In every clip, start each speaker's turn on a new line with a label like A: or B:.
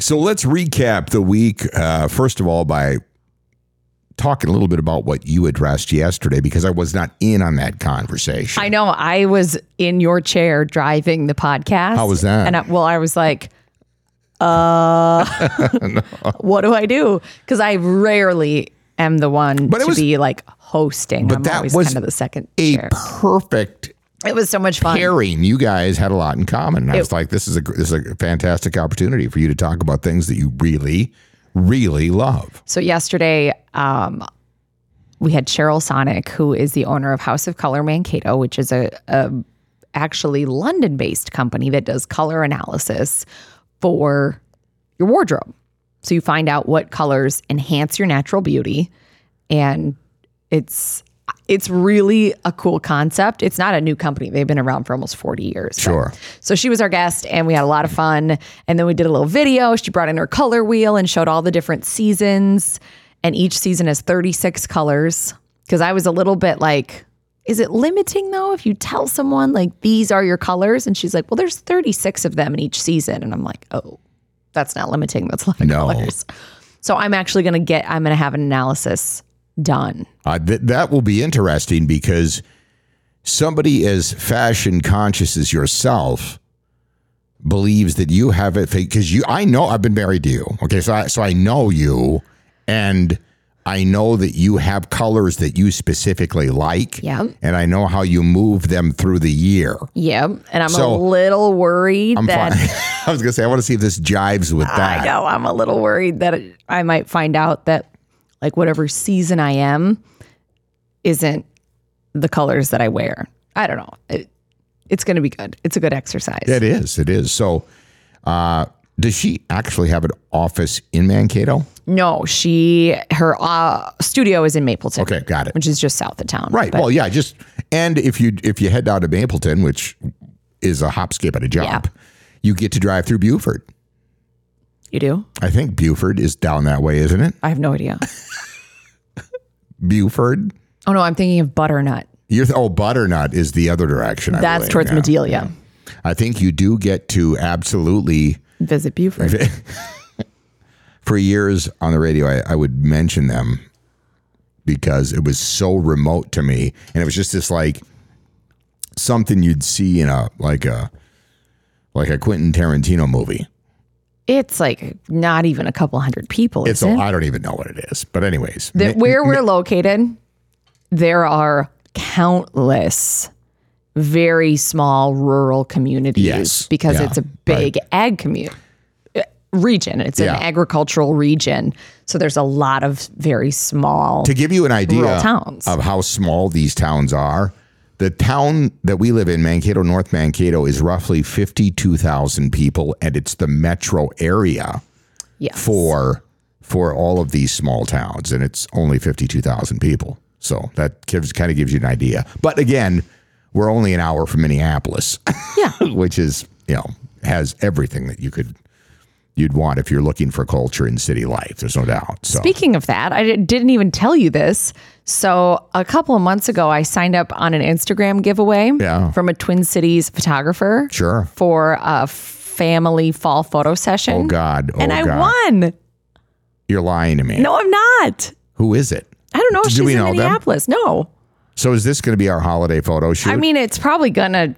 A: So let's recap the week, uh, first of all, by talking a little bit about what you addressed yesterday, because I was not in on that conversation.
B: I know I was in your chair driving the podcast.
A: How was that?
B: And I, well, I was like, uh, what do I do? Because I rarely am the one
A: But it
B: to
A: was-
B: be like hosting.
A: but
B: I'm
A: that
B: always
A: was
B: kind of the second
A: a
B: chair.
A: perfect
B: It was so much fun.
A: pairing. You guys had a lot in common. And I was like, this is a gr- this is a fantastic opportunity for you to talk about things that you really, really love.
B: So yesterday, um, we had Cheryl Sonic, who is the owner of House of Color Mankato, which is a, a actually London-based company that does color analysis for your wardrobe. So you find out what colors enhance your natural beauty, and it's it's really a cool concept. It's not a new company; they've been around for almost forty years. but-
A: Sure.
B: so she was our guest, and we had a lot of fun. And then we did a little video. She brought in her color wheel and showed all the different seasons. And each season has 36 colors. Because I was a little bit like, is it limiting though if you tell someone like these are your colors? And she's like, well, there's 36 of them in each season. And I'm like, oh, that's not limiting. That's a lot of
A: No.
B: colors. So I'm actually going to get, I'm going to have an analysis done.
A: Uh, th- that will be interesting because somebody as fashion conscious as yourself believes that you have it because you. I know I've been married to you. Okay, so I, so I know you, and I know that you have colors that you specifically like.
B: Yeah.
A: and I know how you move them through the year.
B: Yeah. And I'm
A: So-
B: a little worried
A: I'm
B: that.
A: fine. I was gonna say I want to see if this jives with that.
B: I know. I'm a little worried that I might find out that, like, whatever season I am isn't the colors that I wear. I don't know. It, it's going to be good. It's a good exercise.
A: It is. It is. So, uh, does she actually have an office in Mankato?
B: No, she, her uh, studio is in Mapleton.
A: Okay, got it.
B: Which is just south of town.
A: Right.
B: But
A: well, yeah. Just and if you if you head down to Mapleton, which is a hop skip and a jump, you get to drive through Buford.
B: you do?
A: I think Buford is down that way, isn't it?
B: I have no idea.
A: Buford.
B: oh, no, I'm thinking of Butternut.
A: You're, oh, Butternut is the other direction. I
B: That's
A: believe,
B: towards
A: yeah.
B: Medelia.
A: I think you do get to absolutely.
B: Visit Buford.
A: for years on the radio, I, I would mention them because it was so remote to me, and it was just this like something you'd see in a like a like a Quentin Tarantino movie.
B: It's like not even a couple hundred people.
A: It's
B: is
A: I
B: it?
A: I don't even know what it is, but anyways,
B: that
A: ma-
B: where we're located, there are countless very small rural communities
A: Yes.
B: because
A: Yeah.
B: it's a big ag community region. It's
A: Yeah.
B: an agricultural region. So there's a lot of very small
A: to give you an idea
B: rural towns.
A: of how small these towns are, the town that we live in, Mankato, North Mankato, is roughly fifty-two thousand people, and it's the metro area.
B: yes.
A: for for all of these small towns, and it's only fifty two thousand people. So that gives kind of gives you an idea. But again, we're only an hour from Minneapolis,
B: Yeah.
A: which is you know has everything that you could you'd want if you're looking for culture in city life. There's no doubt. So
B: Speaking of that, I di- didn't even tell you this. So, a couple of months ago, I signed up on an Instagram giveaway
A: Yeah.
B: from a Twin Cities photographer
A: sure.
B: for a family fall photo session.
A: Oh God. Oh
B: Mm-hmm. and I
A: God.
B: won.
A: you're lying to me.
B: No, I'm not.
A: Who is it?
B: I don't know if
A: Do
B: she's
A: we
B: in
A: know them?
B: Minneapolis. No.
A: So is this going to be our holiday photo shoot?
B: I mean, it's probably going to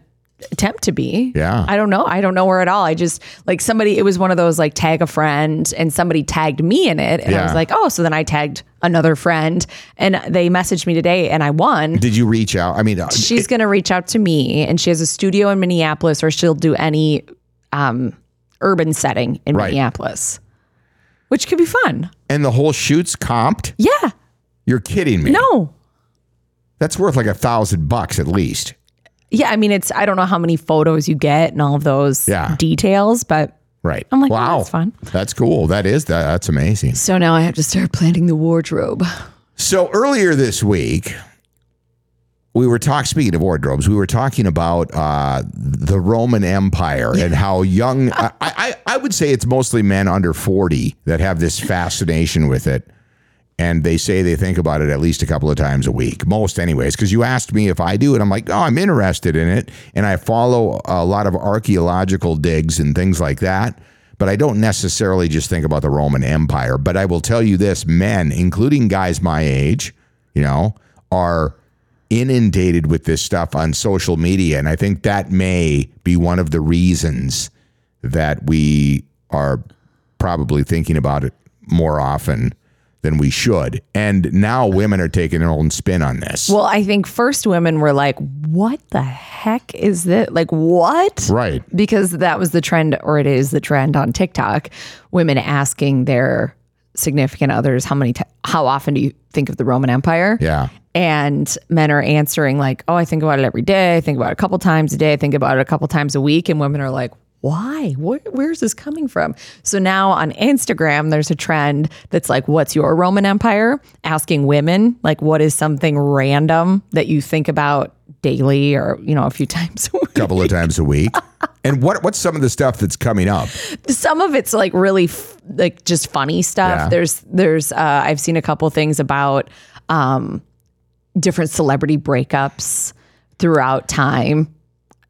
B: attempt to be.
A: Yeah.
B: I don't know. I don't know her at all. I just, like, somebody, it was one of those, like, tag a friend, and somebody tagged me in it. And I
A: Yeah.
B: was like, oh, so then I tagged another friend, and they messaged me today, and I won.
A: Did you reach out? I mean, uh,
B: She's going to reach out to me, and she has a studio in Minneapolis, or she'll do any um, urban setting in
A: Right.
B: Minneapolis, which could be fun.
A: and the whole shoot's comped.
B: Yeah.
A: You're kidding me.
B: No.
A: That's worth like a thousand bucks at least.
B: Yeah, I mean, it's I don't know how many photos you get and all of those
A: Yeah.
B: details, but
A: Right.
B: I'm like, oh,
A: wow,
B: that's fun.
A: That's cool. That is that. That's amazing.
B: so now I have to start planning the wardrobe.
A: So earlier this week, we were talking. Speaking of wardrobes, we were talking about uh, the Roman Empire and how young. I, I I would say it's mostly men under forty that have this fascination with it, and they say they think about it at least a couple of times a week, most anyways. Because you asked me if I do it, I'm like, oh, I'm interested in it, and I follow a lot of archaeological digs and things like that. but I don't necessarily just think about the Roman Empire. But I will tell you this men, including guys my age, you know, are inundated with this stuff on social media. And I think that may be one of the reasons that we are probably thinking about it more often than we should. And now women are taking their own spin on this.
B: Well, I think first women were like, what the heck is this? Like, what?
A: right.
B: Because that was the trend, or it is the trend on TikTok. Women asking their significant others, how many, t- how often do you think of the Roman Empire?
A: Yeah.
B: And men are answering, like, oh, I think about it every day. I think about it a couple times a day. I think about it a couple times a week. And women are like, why? Where, where's this coming from? So now on Instagram, there's a trend that's like, what's your Roman Empire? Asking women, like, what is something random that you think about daily or, you know, a few times a week?
A: couple of times a week. And what what's some of the stuff that's coming up?
B: some of it's like really f- like just funny stuff.
A: Yeah.
B: There's there's uh, I've seen a couple things about um, different celebrity breakups throughout time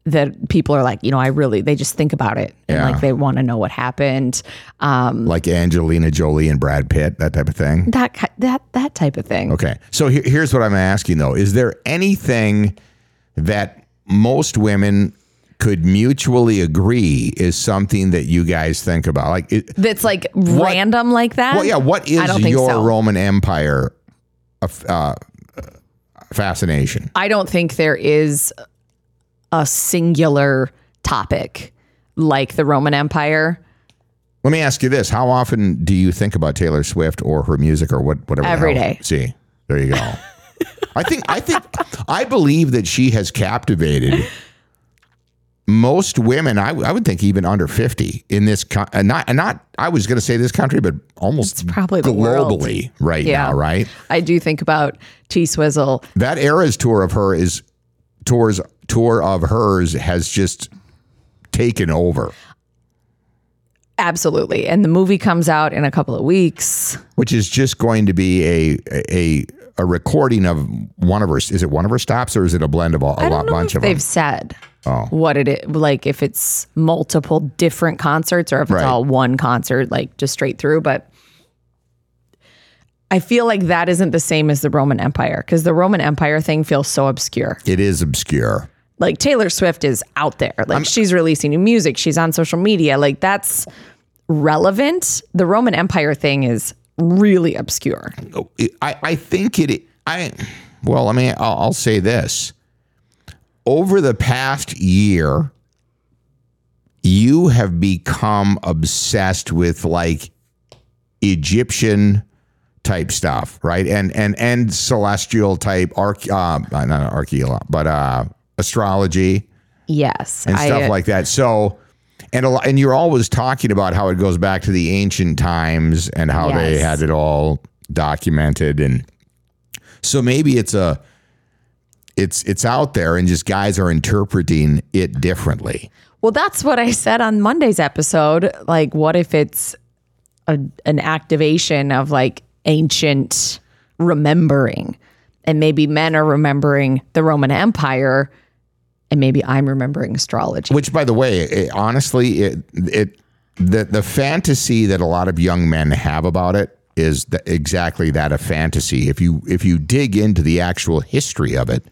B: that people are like, you know, I really they just think about it and
A: Yeah.
B: like they want to know what happened. Um,
A: Like Angelina Jolie and Brad Pitt, that type of thing.
B: that ki- that that type of thing.
A: Okay. So here, here's what I'm asking though. Is there anything that most women could mutually agree is something that you guys think about? Like it,
B: That's like random like that.
A: Well, yeah. What is
B: I don't think
A: your
B: so.
A: Roman Empire of, uh, fascination?
B: I don't think there is a singular topic like the Roman Empire.
A: Let me ask you this: How often do you think about Taylor Swift or her music or what, whatever? the
B: Every
A: hell-
B: day.
A: See, there you go. I think I think I believe that she has captivated most women. I, I would think even under fifty in this co- uh, not not I was going to say this country, but almost
B: probably the world.
A: globally right
B: Yeah.
A: now. Right,
B: I do think about T Swizzle
A: that era's tour of her is tours tour of hers has just taken over.
B: Absolutely. And the movie comes out in a couple of weeks.
A: which is just going to be a a a recording of one of her. Is it one of her stops or is it a blend of all, a lot bunch of
B: they've
A: them?
B: said
A: Oh.
B: what it is, like if it's multiple different concerts or if it's
A: Right.
B: all one concert, like just straight through. But I feel like that isn't the same as the Roman Empire because the Roman Empire thing feels so obscure.
A: It is obscure.
B: Like Taylor Swift is out there, like she's releasing new music, she's on social media. Like that's relevant. The Roman Empire thing is really obscure.
A: I I think it. I well, I mean, I'll, I'll say this. Over the past year, you have become obsessed with like Egyptian type stuff, right? And and and celestial type arch, uh, not archaeology, but uh, astrology.
B: Yes.
A: and stuff
B: I, uh,
A: like that. So, and a lot, and you're always talking about how it goes back to the ancient times and how they
B: Yes.
A: had it all documented, and so maybe it's a, it's it's out there, and just guys are interpreting it differently.
B: Well, that's what I said on Monday's episode. Like, what if it's a, an activation of like ancient remembering? And maybe men are remembering the Roman Empire, and maybe I'm remembering astrology.
A: Which, by the way, it, honestly, it it the the fantasy that a lot of young men have about it is th- exactly that a fantasy. If you if you dig into the actual history of it,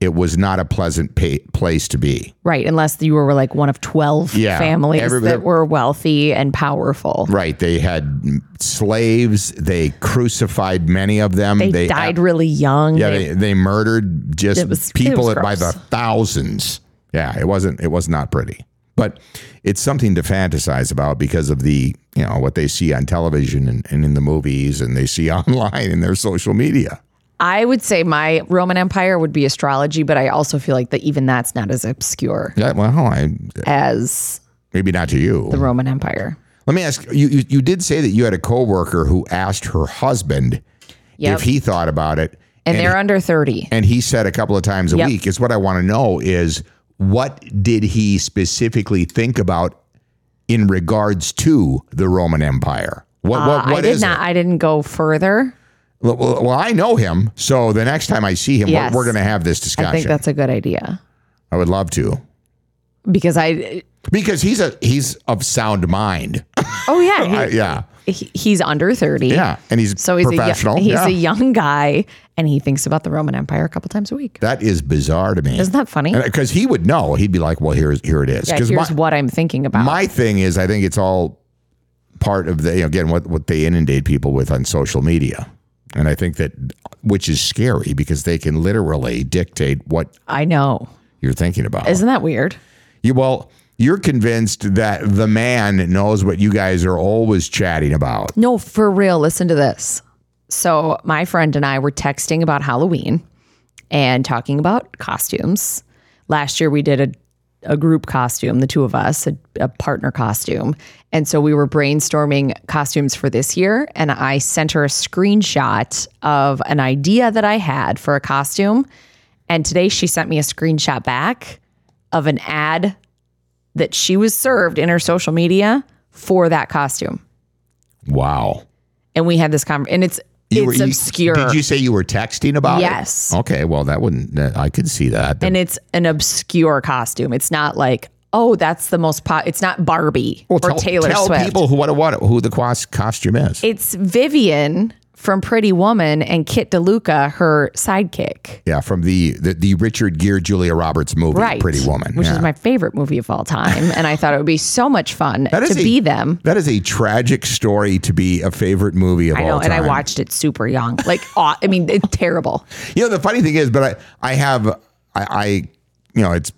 A: it was not a pleasant pa- place to be.
B: Right. Unless you were like one of 12
A: Yeah.
B: families
A: Everybody-
B: that were wealthy and powerful.
A: Right. They had slaves. They crucified many of them.
B: They, died really young.
A: Yeah,
B: They-
A: they, they murdered just
B: It was- it
A: people
B: was
A: by the
B: gross.
A: thousands. Yeah, it wasn't. It was not pretty. But it's something to fantasize about because of the you know what they see on television and, and in the movies and they see online in their social media.
B: I would say my Roman Empire would be astrology, but I also feel like that even that's not as obscure
A: Yeah, well, I,
B: as
A: maybe not to you.
B: the Roman Empire.
A: Let me ask you, you. You did say that you had a coworker who asked her husband
B: Yep.
A: if he thought about it,
B: and, they're under 30.
A: and he said a couple of times a
B: Yep.
A: week is what I want to know is what did he specifically think about in regards to the Roman Empire? What what
B: Uh, I
A: what
B: did
A: is
B: not
A: it?
B: I didn't go further.
A: Well, well, well, I know him, so the next time I see him, we're-
B: Yes.
A: we're, going to have this
B: I think
A: discussion. I,
B: that's a good idea
A: would love to.
B: because I
A: because he's a he's of sound mind.
B: Oh yeah, he-
A: yeah,
B: he, he's under thirty.
A: yeah, and he's
B: So he's a
A: professional.
B: young, he's
A: yeah.
B: a young guy, and he thinks about the Roman Empire a couple times a week.
A: that is bizarre to me.
B: Isn't that funny?
A: Because he would know. He'd be like, "Well, here's here it is."
B: Yeah,
A: 'Cause
B: here's
A: my,
B: what I'm thinking about.
A: my thing is, I think it's all part of the you know, again what what they inundate people with on social media, and I think that which is scary because they can literally dictate what
B: I know.
A: you're thinking about.
B: Isn't that weird?
A: You well, you're convinced that the man knows what you guys are always chatting about.
B: No, for real. Listen to this. So, my friend and I were texting about Halloween and talking about costumes. Last year, we did a, a group costume, the two of us, a, a partner costume. And so, we were brainstorming costumes for this year. And I sent her a screenshot of an idea that I had for a costume. And today, she sent me a screenshot back of an ad that she was served in her social media for that costume
A: Wow.
B: and we had this conversation and it's
A: You
B: it's
A: were- you-
B: obscure
A: Did you say you were texting about it?
B: Yes.
A: Okay. Well, that wouldn't. that- I could see that.
B: and it's an obscure costume it's not like oh that's the most po- it's not barbie
A: Well,
B: or
A: tell,
B: taylor
A: tell
B: swift
A: people who what, what who the quas- costume is.
B: it's vivian from pretty woman and kit deluca her sidekick
A: yeah, from the, the the Richard Gere Julia Roberts movie,
B: right
A: Pretty Woman,
B: which
A: yeah.
B: is my favorite movie of all time and i thought it would be so much fun
A: That is
B: to
A: a-
B: be them
A: That is a tragic story to be a favorite movie of
B: I
A: all
B: know,
A: time.
B: and I watched it super young. Like, aw- I mean, it's terrible.
A: You know, the funny thing is, but I, I have, I, I, you know, it's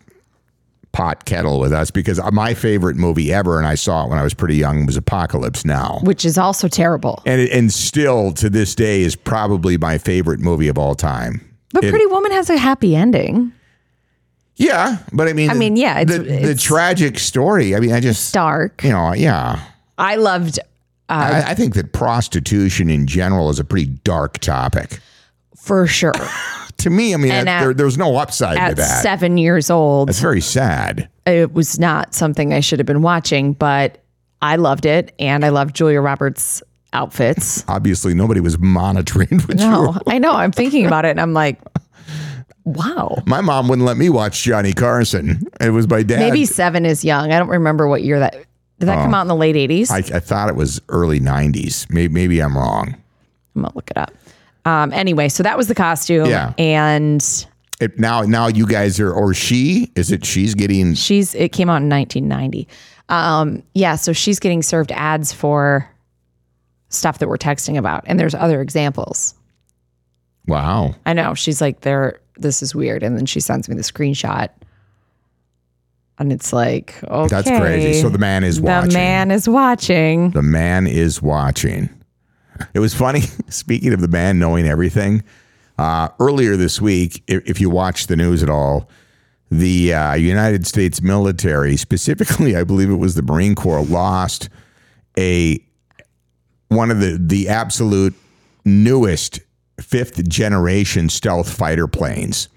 A: pot kettle with us because my favorite movie ever, and I saw it when I was pretty young, was Apocalypse Now.
B: Which is also terrible.
A: And, it, and still to this day is probably my favorite movie of all time.
B: But
A: It-
B: Pretty Woman has a happy ending.
A: Yeah. But I mean, I
B: mean, yeah, it's-
A: the, the
B: it's-
A: tragic story. I mean, I just,
B: Dark.
A: you know, yeah.
B: I loved
A: I, I think that prostitution in general is a pretty dark topic.
B: for sure.
A: To me, I mean,
B: And
A: that-
B: at-
A: there, there's no upside to
B: at
A: that.
B: seven years old.
A: it's very sad.
B: It was not something I should have been watching, but I loved it. And I loved Julia Roberts' outfits.
A: Obviously, nobody was monitoring what you were
B: No, I know. I'm thinking about it and I'm like, wow.
A: My mom wouldn't let me watch Johnny Carson. It was my dad.
B: Maybe seven is young. I don't remember what year that did that come out in the late 80s?
A: Oh. I,
B: I,
A: I thought it was early 90s. Maybe, maybe I'm wrong.
B: am going to look it up. Um, anyway, so that was the costume.
A: Yeah.
B: And
A: It, now, now you guys are, or she, is it she's getting,
B: she's, it came out in 1990. Um, yeah. So she's getting served ads for stuff that we're texting about. And there's other examples.
A: wow.
B: I know. She's like, there, this is weird. And then she sends me the screenshot. And it's like, okay.
A: That's crazy. So the man is
B: the
A: watching.
B: man is watching.
A: The man is watching. It was funny. Speaking of the man knowing everything, uh, earlier this week, if, if you watch the news at all, the uh, United States military, specifically, I believe it was the Marine Corps, lost a one of the the absolute newest fifth generation stealth fighter planes.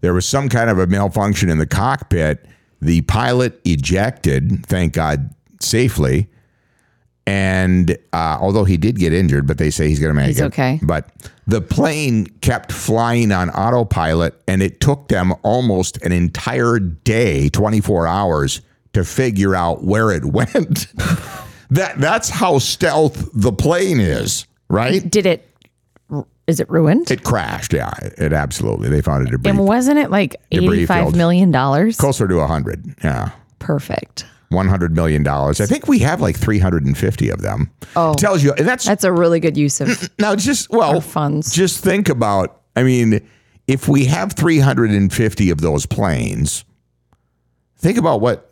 A: There was some kind of a malfunction in the cockpit. The pilot ejected, thank God, safely. And uh, although he did get injured, but they say he's going to make
B: He's
A: it.
B: okay.
A: But the plane kept flying on autopilot, and it took them almost an entire day, 24 hours, to figure out where it went. That that's how stealth the plane is, right?
B: Did it, is it ruined?
A: It crashed. Yeah, it absolutely. They found it debris
B: and wasn't it like
A: Debris
B: $85
A: field.
B: million? dollars?
A: closer to a hundred. Yeah,
B: Perfect.
A: one hundred million dollars. I think we have like three hundred and fifty of them.
B: Oh.
A: tells you and that's,
B: That's a really good use of
A: now just well
B: funds.
A: Just think about. I mean, if we have three hundred and fifty of those planes, think about what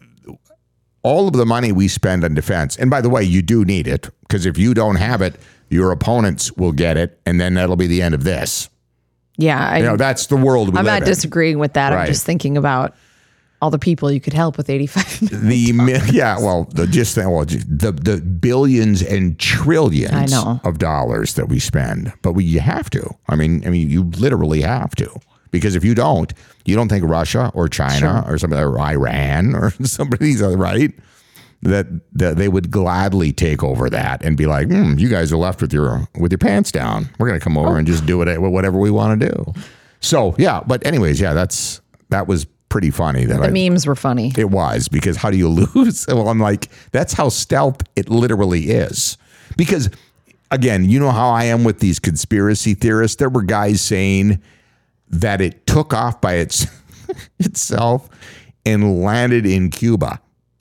A: all of the money we spend on defense. And by the way, you do need it because if you don't have it, your opponents will get it, and then that'll be the end of this.
B: Yeah. I,
A: You know, that's the world we
B: I'm
A: live
B: not
A: in.
B: disagreeing with that.
A: Right.
B: I'm just thinking about all the people you could help with 85 million.
A: the mi- yeah, well, the just the, well, ju- the the billions and
B: I
A: trillions
B: know.
A: of dollars that we spend, but we you have to. I mean, I mean, you literally have to because if you don't, you don't think Russia or China or somebody or Iran or some of these other right that that they would gladly take over that and be like, hmm, you guys are left with your with your pants down. We're gonna come over and just do it whatever we want to do. So yeah, but anyways, yeah, that's that was pretty funny that I,
B: The memes were funny.
A: it was because how do you lose? Well, I'm like, that's how stealth it literally is. Because again, you know how I am with these conspiracy theorists. There were guys saying that it took off by its itself and landed in Cuba.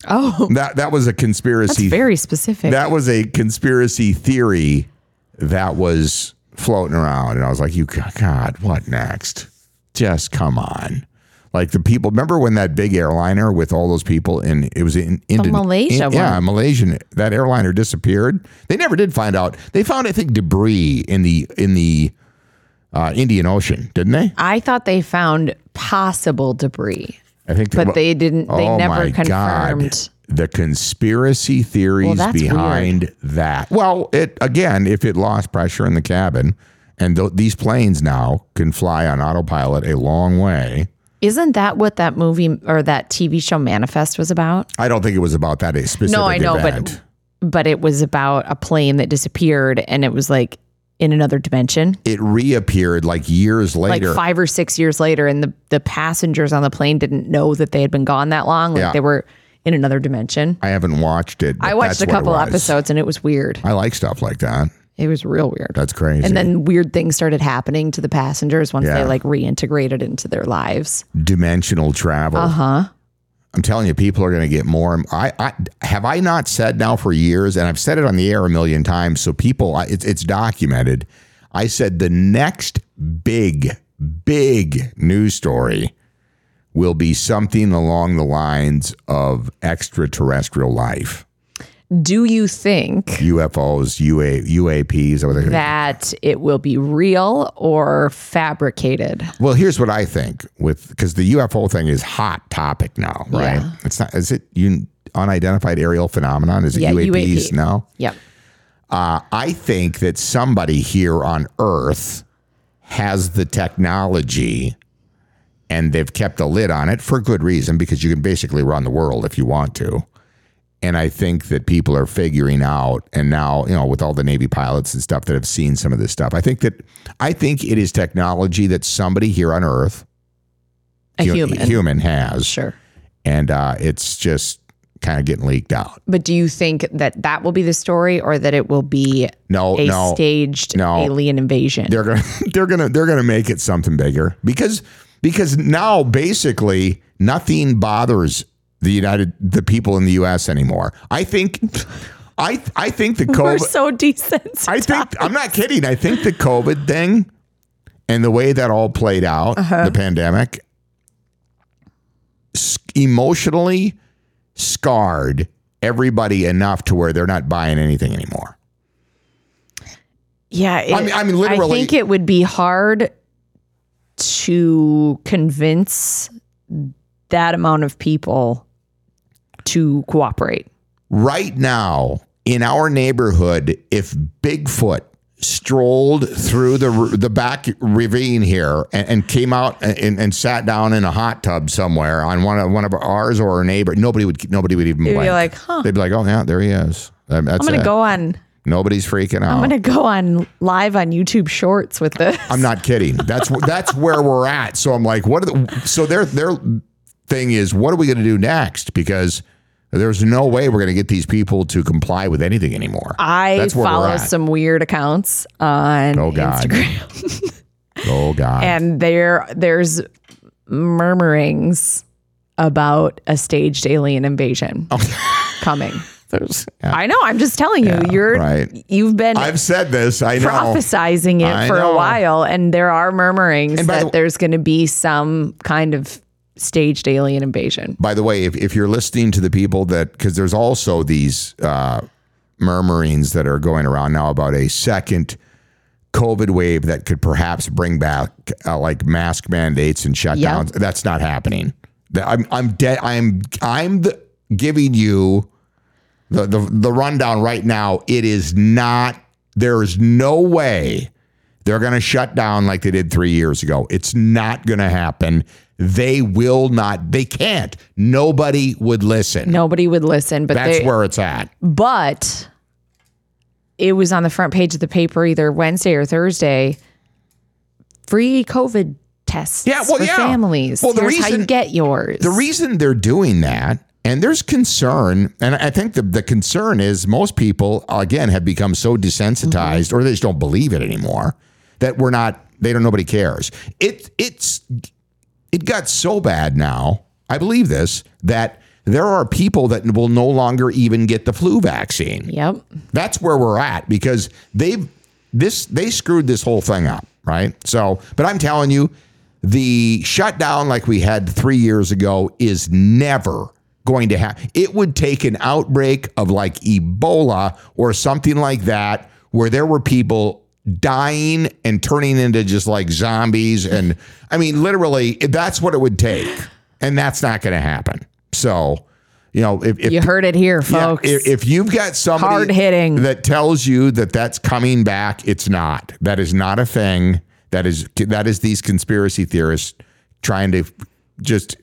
B: Oh,
A: That that was a
B: that's
A: conspiracy.
B: very specific.
A: That was a conspiracy theory that was floating around, and I was like, "You God, what next? Just come on!" Like the people. Remember when that big airliner with all those people, and it was in Indonesia.
B: Malaysia
A: yeah,
B: one.
A: Malaysian. That airliner disappeared. They never did find out. They found, I think, debris in the in the uh, Indian Ocean, didn't they?
B: I thought they found possible debris,
A: I think,
B: but they didn't. They
A: Oh
B: never
A: my
B: confirmed.
A: God. The conspiracy theories
B: that's
A: behind that. Well, it again, if it lost pressure in the cabin, and th- these planes now can fly on autopilot a long way.
B: Isn't that what that movie or that TV show Manifest was about?
A: I don't think it was about that specific
B: No, I know, but-
A: event.
B: But it was about a plane that disappeared, and it was like in another dimension.
A: it reappeared like years
B: like
A: later.
B: five or six years later, and the, the passengers on the plane didn't know that they had been gone that long. Like
A: Yeah.
B: they were in another dimension.
A: I haven't watched it. but
B: I watched
A: that's
B: a
A: what it
B: couple
A: was.
B: episodes and it was weird.
A: I like stuff like that.
B: It was real weird.
A: That's crazy.
B: and then weird things started happening to the passengers once
A: Yeah.
B: they like reintegrated into their lives.
A: dimensional travel. Uh huh. I'm telling you, people are going to get more. I, I have I not said now for years, and I've said it on the air a million times. So people, I- it's it's documented. I said the next big big news story will be something along the lines of extraterrestrial life,
B: Do you think
A: UFOs, UA, UAPs. I was like,
B: that it will be real or fabricated?
A: Well, here's what I think with because the UFO thing is hot topic now, right?
B: Yeah.
A: It's not. Is it un, unidentified aerial phenomenon? Is it
B: Yeah,
A: UAPs
B: UAP.
A: now?
B: Yep.
A: Uh, I think that somebody here on Earth has the technology, and they've kept a lid on it for good reason because you can basically run the world if you want to. And I think that people are figuring out, and now you know, with all the Navy pilots and stuff that have seen some of this stuff, I think that I think it is technology that somebody here on Earth
B: A
A: hu-
B: human.
A: has,
B: Sure.
A: and uh, it's just kind of getting leaked out.
B: But do you think that that will be the story or that it will be
A: No,
B: a
A: no,
B: staged
A: no.
B: alien invasion?
A: they're gonna they're gonna they're gonna make it something bigger because because now basically nothing bothers the United the people in the U.S. anymore. I think I I think the
B: We're
A: COVID.
B: so desensitized.
A: I think I'm not kidding. I think the COVID thing and the way that all played out, the pandemic, s- emotionally scarred everybody enough to where they're not buying anything anymore.
B: Yeah, it,
A: mean- I mean, literally-
B: I think it would be hard to convince that amount of people to cooperate.
A: right now in our neighborhood, if Bigfoot strolled through the the back ravine here and, and came out and, and sat down in a hot tub somewhere on one of one of ours or our neighbor, nobody would nobody would even
B: You'd
A: blink.
B: be like, "Huh?
A: They'd be like, "Oh yeah, there he is." Um, That's
B: I'm gonna
A: it.
B: go on.
A: Nobody's freaking out.
B: I'm gonna go on live on YouTube Shorts with this."
A: I'm not kidding. That's wh- that's where we're at. So I'm like, what? Are the, so their their thing is, what are we going to do next? Because there's no way we're going to get these people to comply with anything anymore.
B: I
A: That's where we're
B: follow
A: at.
B: some weird accounts on
A: Oh, God.
B: Instagram,
A: oh god,
B: and there there's murmurings about a staged alien invasion
A: Oh.
B: coming.
A: there's.
B: I know. I'm just telling you. you're
A: right.
B: you've been
A: I've said this. I know.
B: prophesizing it
A: I
B: for
A: know.
B: a while, and there are murmurings
A: And by
B: that
A: the-
B: there's going to be some kind of staged alien invasion.
A: By the way, if, if you're listening to the people that, because there's also these uh, murmurings that are going around now about a second COVID wave that could perhaps bring back uh, like mask mandates and shutdowns. That's not happening. That- I'm I'm dead. I'm I'm the, giving you the, the the rundown right now. It is not. There is no way they're going to shut down like they did three years ago. It's not going to happen. They will not. They can't. Nobody would listen.
B: Nobody would listen, but
A: That's
B: they,
A: where it's at.
B: but it was on the front page of the paper either Wednesday or Thursday. Free COVID tests
A: Yeah, well,
B: for
A: yeah.
B: families.
A: Well, the
B: Here's how
A: reason-
B: you get yours.
A: The reason they're doing that, and there's concern, and I think the, the concern is most people, again, have become so desensitized or they just don't believe it anymore that we're not, they don't, nobody cares. It, it's, it got so bad now, I believe this, that there are people that will no longer even get the flu vaccine.
B: yep.
A: That's where we're at because they've this they screwed this whole thing up, right? So, but I'm telling you, the shutdown like we had three years ago is never going to happen. It would take an outbreak of like Ebola or something like that, where there were people dying and turning into just like zombies, and I mean, literally, that's what it would take, and that's not going to happen. So, you know, if, if
B: You heard it here,
A: yeah,
B: folks.
A: if, if you've got somebody
B: Hard-hitting.
A: that tells you that that's coming back, it's not. That is not a thing. That is that is these conspiracy theorists trying to just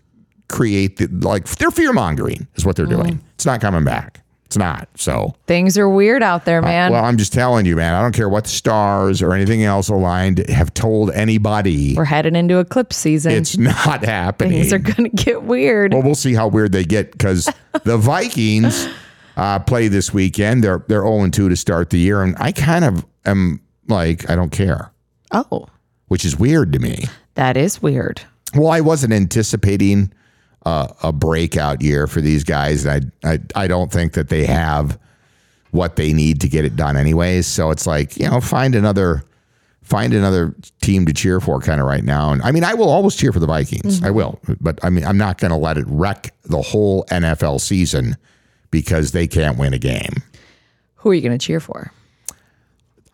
A: create the like they're fear mongering is what they're
B: Mm-hmm.
A: doing. It's not coming back. It's not. So
B: Things are weird out there, man.
A: Uh, well, I'm just telling you, man. I don't care what the stars or anything else aligned have told anybody.
B: We're heading into eclipse season.
A: It's not happening.
B: Things are going to get weird.
A: Well, we'll see how weird they get because the Vikings uh, play this weekend. They're they're zero and two to start the year, and I kind of am like I don't care,
B: oh,
A: which is weird to me.
B: that is weird.
A: Well, I wasn't anticipating uh, a breakout year for these guys, and I, I I don't think that they have what they need to get it done, anyways. So it's like you know, find another find another team to cheer for, kind of right now. And I mean, I will always cheer for the Vikings, I will, but I mean, I'm not going to let it wreck the whole NFL season because they can't win a game.
B: Who are you going to cheer for?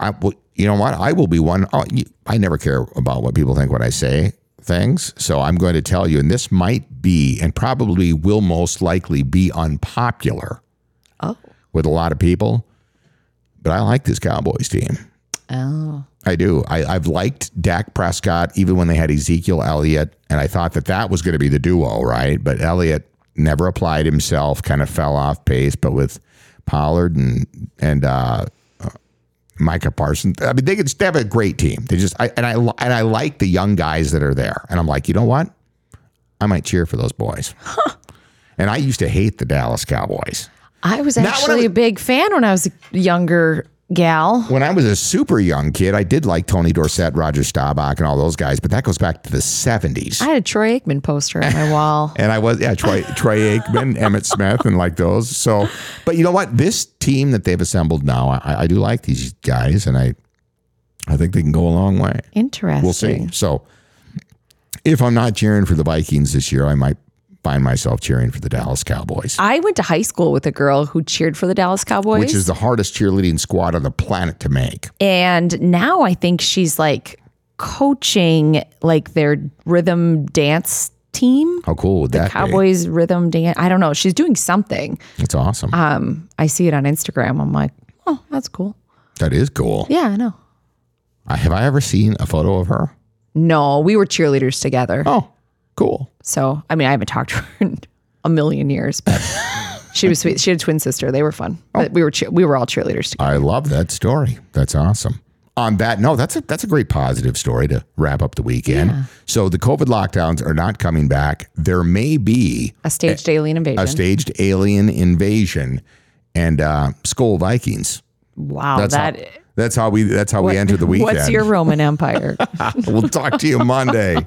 A: I will, you know what? I will be one. oh, you- I never care about what people think when I say things. So I'm going to tell you, and this might be, and probably will most likely be unpopular
B: Oh.
A: with a lot of people, but I like this Cowboys team.
B: Oh.
A: I do. I, I've liked Dak Prescott even when they had Ezekiel Elliott, and I thought that that was going to be the duo, right? But Elliott never applied himself, kind of fell off pace. But with Pollard and and uh, uh, Micah Parsons, I mean, they could they have a great team. They just I, and I li- and I like the young guys that are there, and I'm like, you know what? I might cheer for those boys. and I used to hate the Dallas Cowboys.
B: I was
A: Not when I
B: actually
A: was-
B: a big fan when I was a younger gal.
A: when I was a super young kid, I did like Tony Dorsett, Roger Staubach, and all those guys, but that goes back to the 70s.
B: I had a Troy Aikman poster on my wall.
A: and I was, yeah, Troy, Troy Aikman, Emmett Smith, and like those. So, but you know what? This team that they've assembled now, I, I do like these guys, and I, I think they can go a long way.
B: Interesting.
A: We'll see. So, if I'm not cheering for the Vikings this year, I might find myself cheering for the Dallas Cowboys,
B: I went to high school with a girl who cheered for the Dallas Cowboys.
A: which is the hardest cheerleading squad on the planet to make.
B: and now I think she's like coaching like their rhythm dance team.
A: How cool would that be?
B: Cowboys rhythm dance. I don't know. She's doing something.
A: That's awesome.
B: Um, I see it on Instagram. I'm like, oh, that's cool.
A: that is cool.
B: Yeah, I know.
A: I- Have I ever seen a photo of her?
B: No, we were cheerleaders together.
A: Oh, cool.
B: So, I mean, I haven't talked to her in a million years, but she was sweet. She had a twin sister. They were fun. But
A: Oh.
B: we were cheer- we were all cheerleaders together.
A: I love that story. That's awesome. On that note, that's a that's a great positive story to wrap up the weekend. So the COVID lockdowns are not coming back. There may be
B: A staged alien invasion.
A: a staged alien invasion and uh Skull Vikings.
B: wow,
A: That's
B: that
A: how, that's how we that's how we enter the weekend.
B: What's your Roman Empire?
A: we'll talk to you Monday.